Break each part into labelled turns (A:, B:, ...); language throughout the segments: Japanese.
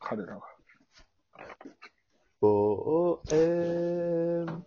A: 彼らは。
B: O M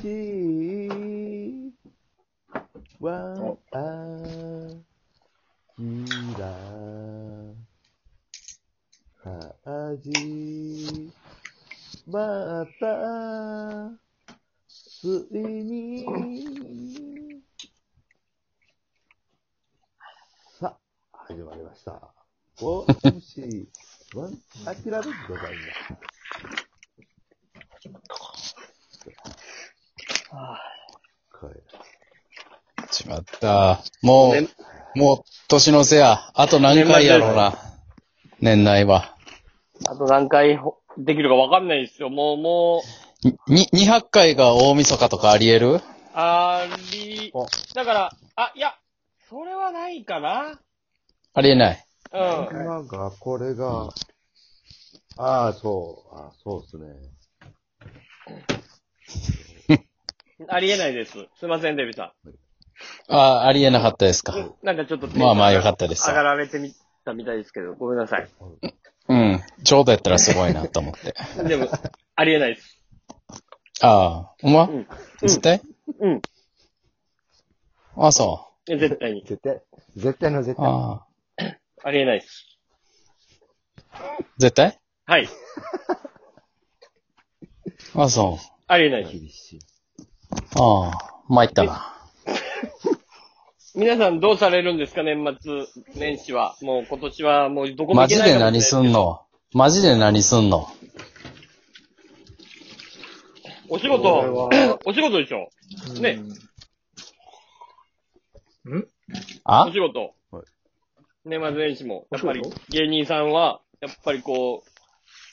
B: C One
A: お
B: A キラ始まったついにさあ始まりました。O M C One アキラでございます。はい。
C: しまった。も
D: ね
C: う、もう、年の瀬や。あと何回やろうな。年内は。
D: あと何回ほできるかわかんないですよ。もう、も
C: に、200回が大晦日とかあり得る
D: う、あり
B: お、
D: だから、あ、いや、それはないかな
C: ありえない。
D: うん。
B: なんか、これが、ああ、そう、ああそうですね。
D: ありえないです。すいません、デビさ
C: ああー、ありえなかったですか
D: ん。。うんなんかちょっと、
C: まあまあよかったです
D: 上がられてみたみたいですけど、ごめんなさい。
C: うん。ちょうどやったらすごいなと思 って。
D: でも、ありえないです。
C: ああ、ほんま
D: うん。
C: 絶対
D: うん。
C: あそ
D: 絶対に。
E: 絶対、絶対の絶
C: う。
E: 対。
C: ああ。
D: ありえないです。
C: 絶対
D: はい。
C: あそ
D: ありえないです。
E: 厳しい。
C: う。ああ。参ったな。
D: 皆さんどうされるんですか、年末年始は。もう今年はもうどこも
C: マ
D: 行け
C: ジ
D: ない
C: で
D: かも
C: 何
D: し
C: す
D: れない
C: んのマジで何すんの
D: お仕事、お仕事でしょね
C: あ
D: お仕事。
B: はい
D: 年末年始も。やっぱり
E: お仕
D: 芸人さんは、やっぱりこう、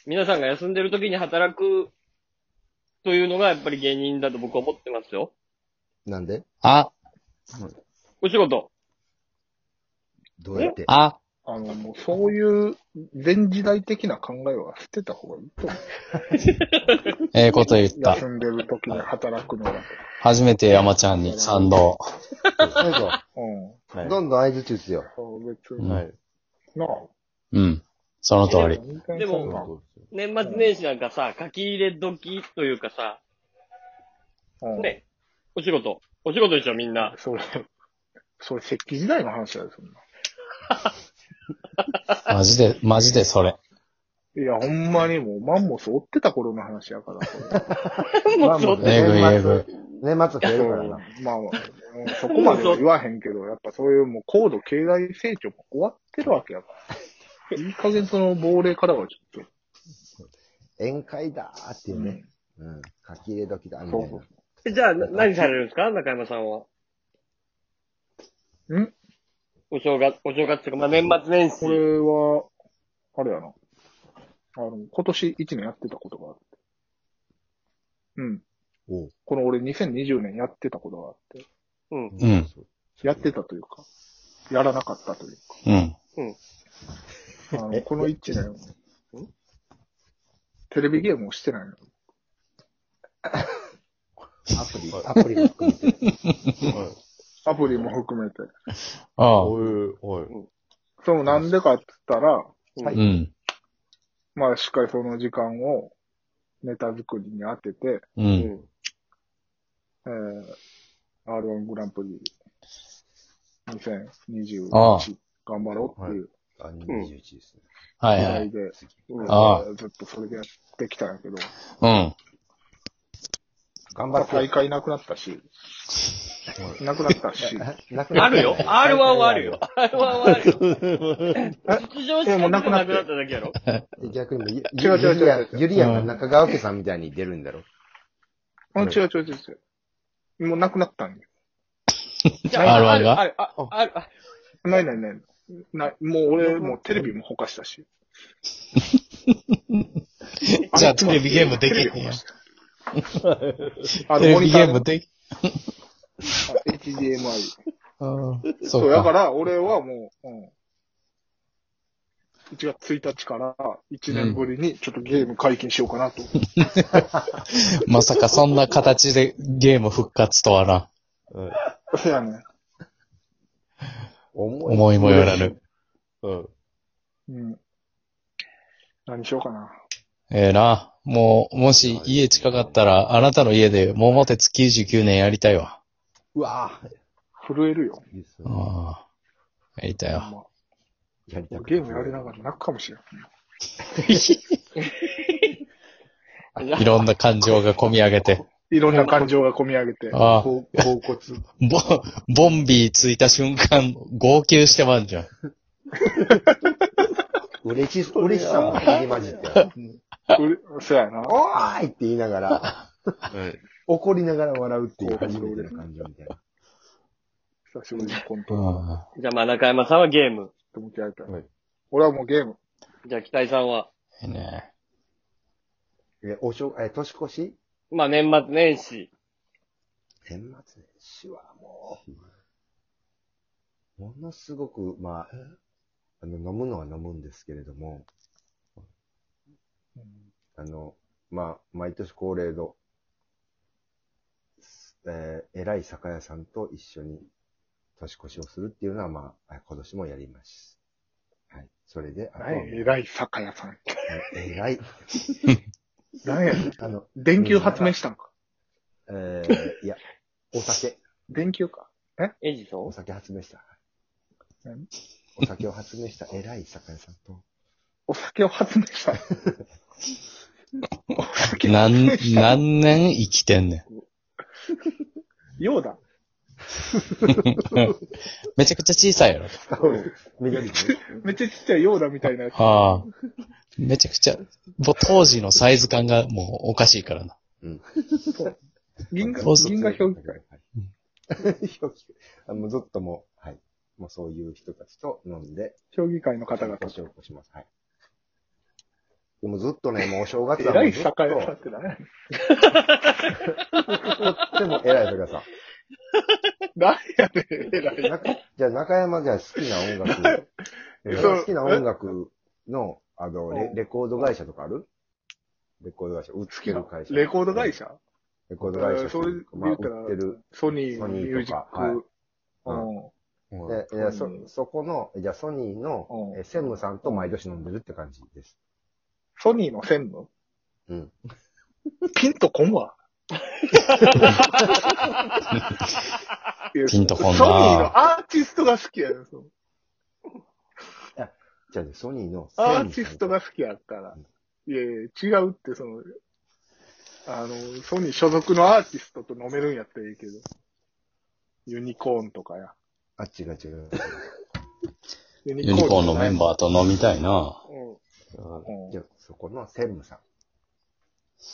D: 皆さんが休んでる時に働くというのがやっぱり芸人だと僕は思ってますよ。
E: なんで
C: あ、
D: お仕事。
E: どうやって
C: あ、
A: あの、もうそういう前時代的な考えは捨てた方がいいと思う。
C: ええこと言った。
A: 休んでる時に働くのは。
C: 初めて山ちゃんに賛同。
E: 最後、
A: うん。
E: どんどん合図打つよ。
A: そう別
C: う
A: に。
C: ん
A: な
B: はい。
A: あ。
C: うん。その通り。
D: でも
A: そんな
D: 年末年始なんかさ、書き入れ時というかさ、
A: うん
D: ね、お仕事。お仕事でしょ、みんな。
A: それ、それ石器時代の話だよ、そんな。
C: マジで、マジでそれ。
A: いや、ほんまにもうマンモス追ってた頃の話やから、これ
D: もうちょっと
E: まあ
C: えぐい えぐい。
E: 年末増えるからな。
A: まあ、まあ、そこまでは言わへんけど、やっぱそういうもう高度経済成長も終わってるわけやから。いい加減その亡霊からはちょっ
E: 宴会だーって
A: と。
E: いうね。うん。書き入れ時だ、みたい
A: そう
E: な。
D: じゃあ、な何されるんですか中山さんは。
A: ん
D: お正月、お正月とか、まあ、年末年
A: こ
D: 始。
A: れは、あれやな。あの、今年一年やってたことがあって。うん。
E: おう
A: この俺2020年やってたことがあって。
D: うん。
C: うん。
A: やってたというか、やらなかったという
C: うん。
A: か。あのこの一年、テレビゲームをしてないの。
E: アプリ、アプリも含めて。
B: はい。
A: アプリも含めて。
C: ああ。
B: おい、おい。
A: そのなんでかって言ったら、
C: うん。
A: まあしっかりその時間をネタ作りに当てて、
C: う。
D: うんん。
A: えー、R1 グランプリ2021
C: ああ
A: 頑張ろうっていう
E: あ、21ですね。
C: は
A: 時代。
C: いはい
A: で、
D: うん
C: あ
A: ずっとそれでやってきたんやけど、
C: うん。
E: 頑張
A: まあ
E: って。
A: 大会なくなったし、なくなった し、
E: なくな
D: あ
E: った
D: るよ。R1 はあるよ。。R1 はあ るよ。出場資
A: えもう
D: 格
A: な
D: がな
A: く
D: く
A: な
D: な
A: っ
D: ってただけやろ。
E: で逆にもう、
A: 違う違う違う違う
E: ゆりや、ゆりやが中川家さんみたいに出るんだろ。
A: うん、違う違う違う違う。もうなくなったんよ。
D: じ
C: R1 が
D: ある、ある、ある、あ
A: ないないない。ないもう俺、もうテレビもほかしたし。
C: じゃあテレビゲームできんね
A: テレビ
C: や
A: ほかしたあと
C: テレ
A: モ
C: ビ
A: ニタ
C: ゲ
A: ー
C: ームでき、
A: あ HDMI。
C: そ
A: そう、
C: う
A: だか
C: か。
A: ら俺はもう、うん。1月1日から1年ぶりにちょっとゲーム解禁しようかなと。
C: まさかそんな形でゲーム復活とはな。
B: はい。
A: そうやね。
E: 思い。
C: 思いもよらぬ。
B: うん。
A: うん。何しようかな。
C: ええな。もう、もし家近かったら、あなたの家で桃鉄99年やりたいわ。
B: うわぁ。
A: 震えるよ。
B: いいっすね。
C: ああ。やりたいわ。
A: ま
E: やりた
A: あ
E: く
A: ゲームやりながら泣くかもしれん。
C: いろんな感情が込み上げて。
A: いろんな感情が込み上げて。
C: ああ。
E: こう甲骨。
C: ボ、ボンビーついた瞬間、号泣してまんじゃん。
E: 嬉し、嬉しさも入り混じって。
A: うれそうやな。
E: おーいって言いながら、怒りながら笑うっていう初めての感情みたいな。
A: 久しぶりのコント。
C: うん。
D: じゃあまあ中山さんはゲーム。
A: でも嫌いだ
E: はい
A: 俺はもうゲーム。
D: じゃあ北井さんは。
C: いいね。
E: え、おしょ、え、年越し
D: まあ年末年始。
E: 年末年始はもう、ものすごく、まあ、あの、飲むのは飲むんですけれども、あの、まあ、毎年恒例の、すえー、偉い酒屋さんと一緒に年越しをするっていうのは、まあ、あ今年もやります。はい。それで、あとはもう
A: 何偉い酒屋さん。
E: えー偉い。
A: 何やねん
E: あの、
A: 電球発明したんか。
E: えー、いや、お酒、
A: 電球か。
D: エジソ
E: お
D: ン
E: 酒発明した
A: 何。
E: お酒を発明した偉い酒屋さんと、
A: お酒を発明した。お酒発
C: 何
A: 明、した。
C: 何年生きてんね ん。
A: ようだ。
C: めちゃくちゃ小さいやろ。
E: 緑
A: めっちゃちっちゃいようだみたいなやつ。
C: ああ。めちゃくちゃ、もう当時のサイズ感がもうおかしいからな。
A: 銀河、
C: そうそう
A: 銀河評議会。
E: 会。表記会。もうずっともう、はい。もうそういう人たちと飲んで、
A: 評議会の方々。
E: 年を越します。はい。でもずっとね、もうお正月はも
A: 偉
E: う
A: い
E: ずっと、
A: 酒屋さんって何やねん
E: でも偉い酒屋さん。
A: 何やねん、偉い。
E: なじゃあ中山じゃあ好きな音楽、えー
A: そう
E: 好きな音楽の、あの、レ
A: うん
E: レコード会社とかあるレコード会社、売ってる会社。
A: レコード会社
E: レコード会社。
A: えーそれで
E: まあ、
A: 言う
E: 売
A: たら
E: ってる。
A: ソニー
E: ソ
A: のミ
E: ニーとか
A: ュージッ
E: はい
A: ク。うん。
E: でいや、そ
A: うん、
E: そこの、じゃあソニーの
A: う、ん
E: えー専務さんと毎年飲んでるって感じです。
A: ソニーの専務
E: うん。
A: ピンとこんわ。
C: ピンとこんな
A: ソニーのアーティストが好きやねんその
E: じゃあね、ソニーの専
A: アー
E: 務さんと
A: ティストが好きやから。いやいや、違うって、その、あの、ソニー所属のアーティストと飲めるんやったらいいけど。ユニコーンとかや。
E: あ、違う違う。
A: ユニ
C: ユニコーンのメン
A: ー。
C: バーと飲みたいな。
D: うん。
A: うん
E: じゃあ、そこの専務さ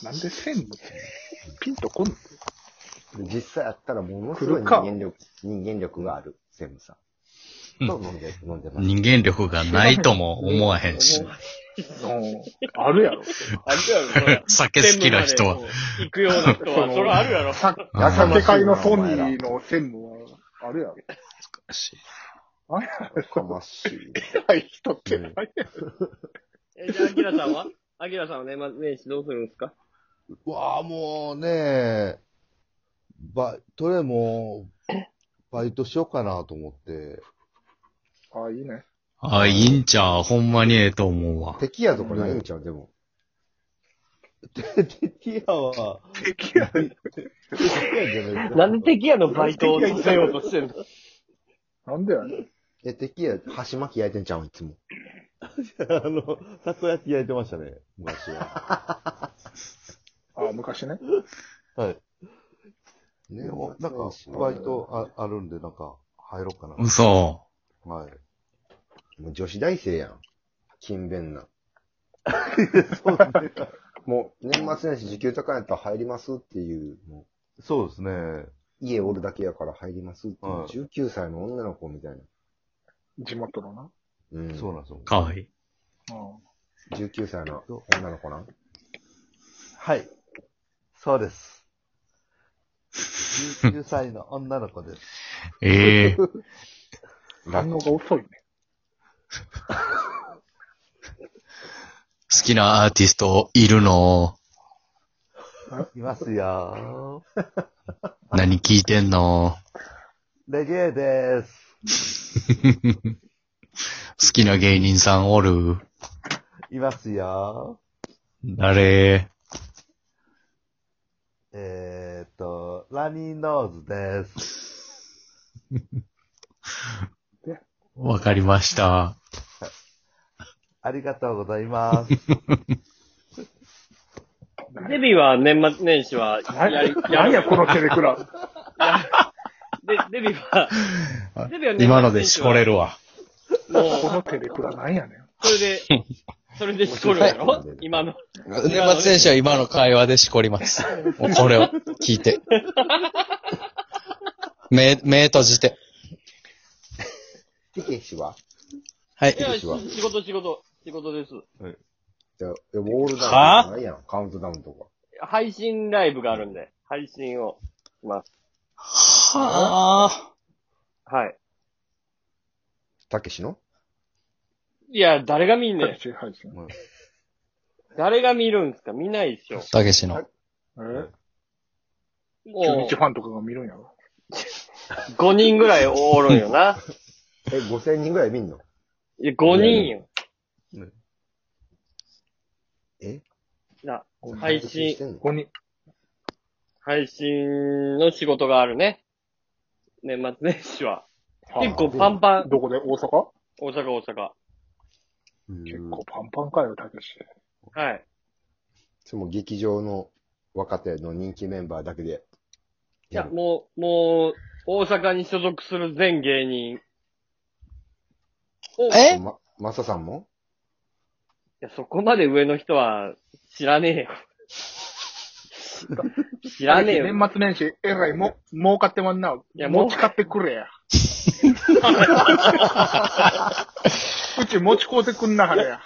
A: なんで専務ピンとこんの
E: ん。で実際あったらものすご
A: 来
E: い
A: る
E: 人
A: か
E: 間力、人間力がある専務さん。と飲んで、飲んでます。
C: 人間力がないとも思わへん し
D: も。
A: う
D: う
A: んあるや ろ。
D: あるやろ、そら
C: 酒好きな人は。。
D: 行くような人は、それあるやろ。
A: さ
C: やか
A: 酒会のソニーの専務は、あれやろ。
E: かましい。
A: 偉い人って何や
D: え、じゃあ、アキラさんはアキラさんは年末年始どうするんですか
B: うわぁ、もうねば、とりあえずもう、バイトしようかなと思って、
A: あ、いいね。
C: あ、いいんちゃう。ほんまにええと思うわ。
E: 敵やとこないんちゃうで も。
B: 敵やは、
A: 敵や。
B: 敵やじゃない
D: なんで敵屋のバイトをさせようとしてんの
A: なんでやねん
E: え、敵や、箸巻き焼いてんちゃうんいつも。
B: あの、たこ焼き焼いてましたね、昔は。
A: あ、昔ね。
B: はい。
E: ね
B: でも、なんか、バイトああるんで、なんか、入ろうかな。
C: 嘘。
B: はい。
E: もう女子大生やん。勤勉な。
B: そうですね。
E: もう、年末年始時給高いんやったら入りますっていう、も
B: そうですね。
E: う、家おるだけやから入りますっていう、
B: はい
E: 19歳の女の子みたいな。
A: 地元のな。
E: うん。
B: そうなんですよ。
C: かわいい。
A: う
E: 19歳の女の子なん。
B: はい。そうです。19歳の女の子です。
C: え
A: ん。
C: え
A: 反応が遅いね。
C: 好きなアーティストいるの
B: いますよ
C: 何聞いてんの
B: レゲエです。
C: 好きな芸人さんおる
B: いますよ。
C: 誰
B: えーっと、ラニーノーズです。
C: わかりました。
B: ありがとうございます。
D: デビーは年末年始は、や
A: 何
D: り、
A: 何や、このテレクラ。
D: で、デビーは、デビーは年末年始 は
C: 今のでしこれるわ。
A: こ
D: も
A: の
D: う、
A: テレクラなんやねん。
D: それで、それでしこるやろ今の。
C: 年末年始は今の会話でしこります。もうこれを聞い て。目、目閉じて。
E: テケシは
C: はい
D: い。や、
E: 今
D: 仕
E: 年は
D: 事仕事、仕事です。
E: じゃあ、でもオールダウンとかないやん。カウントダウンとか。
D: 配信ライブがあるんで、配信をします。
C: はあ。
D: はい。
E: たけしの
D: いや、誰が見んねん
A: 配。信配信。
D: 誰が見るんすか見ないっしょ。
C: たけしの。
A: え中
D: も
A: 日ファンとかが見るんやろ。
D: う、5人ぐらいおるんよな。
E: え、5000人ぐらい見んの
D: いや、5人よ。
E: え
D: な、配信
E: し、てんの
A: ここに、
D: 配信の仕事があるね。年末年始は。結構パンパン。
A: どこで大阪
D: 大阪、大阪。
A: 結構パンパンかよ、たけし。
D: はい。
E: それも劇場の若手の人気メンバーだけで。
D: いや、もう、もう、大阪に所属する全芸人を、い
C: え
E: ま、マサさんも
D: や、そこまで上の人は知らねえよ。知らねえよ。
A: 年末年始、えらい、も、儲かってまんな。
D: や
A: 持ち買ってくれ や。うち持ち買うてくんなはれや。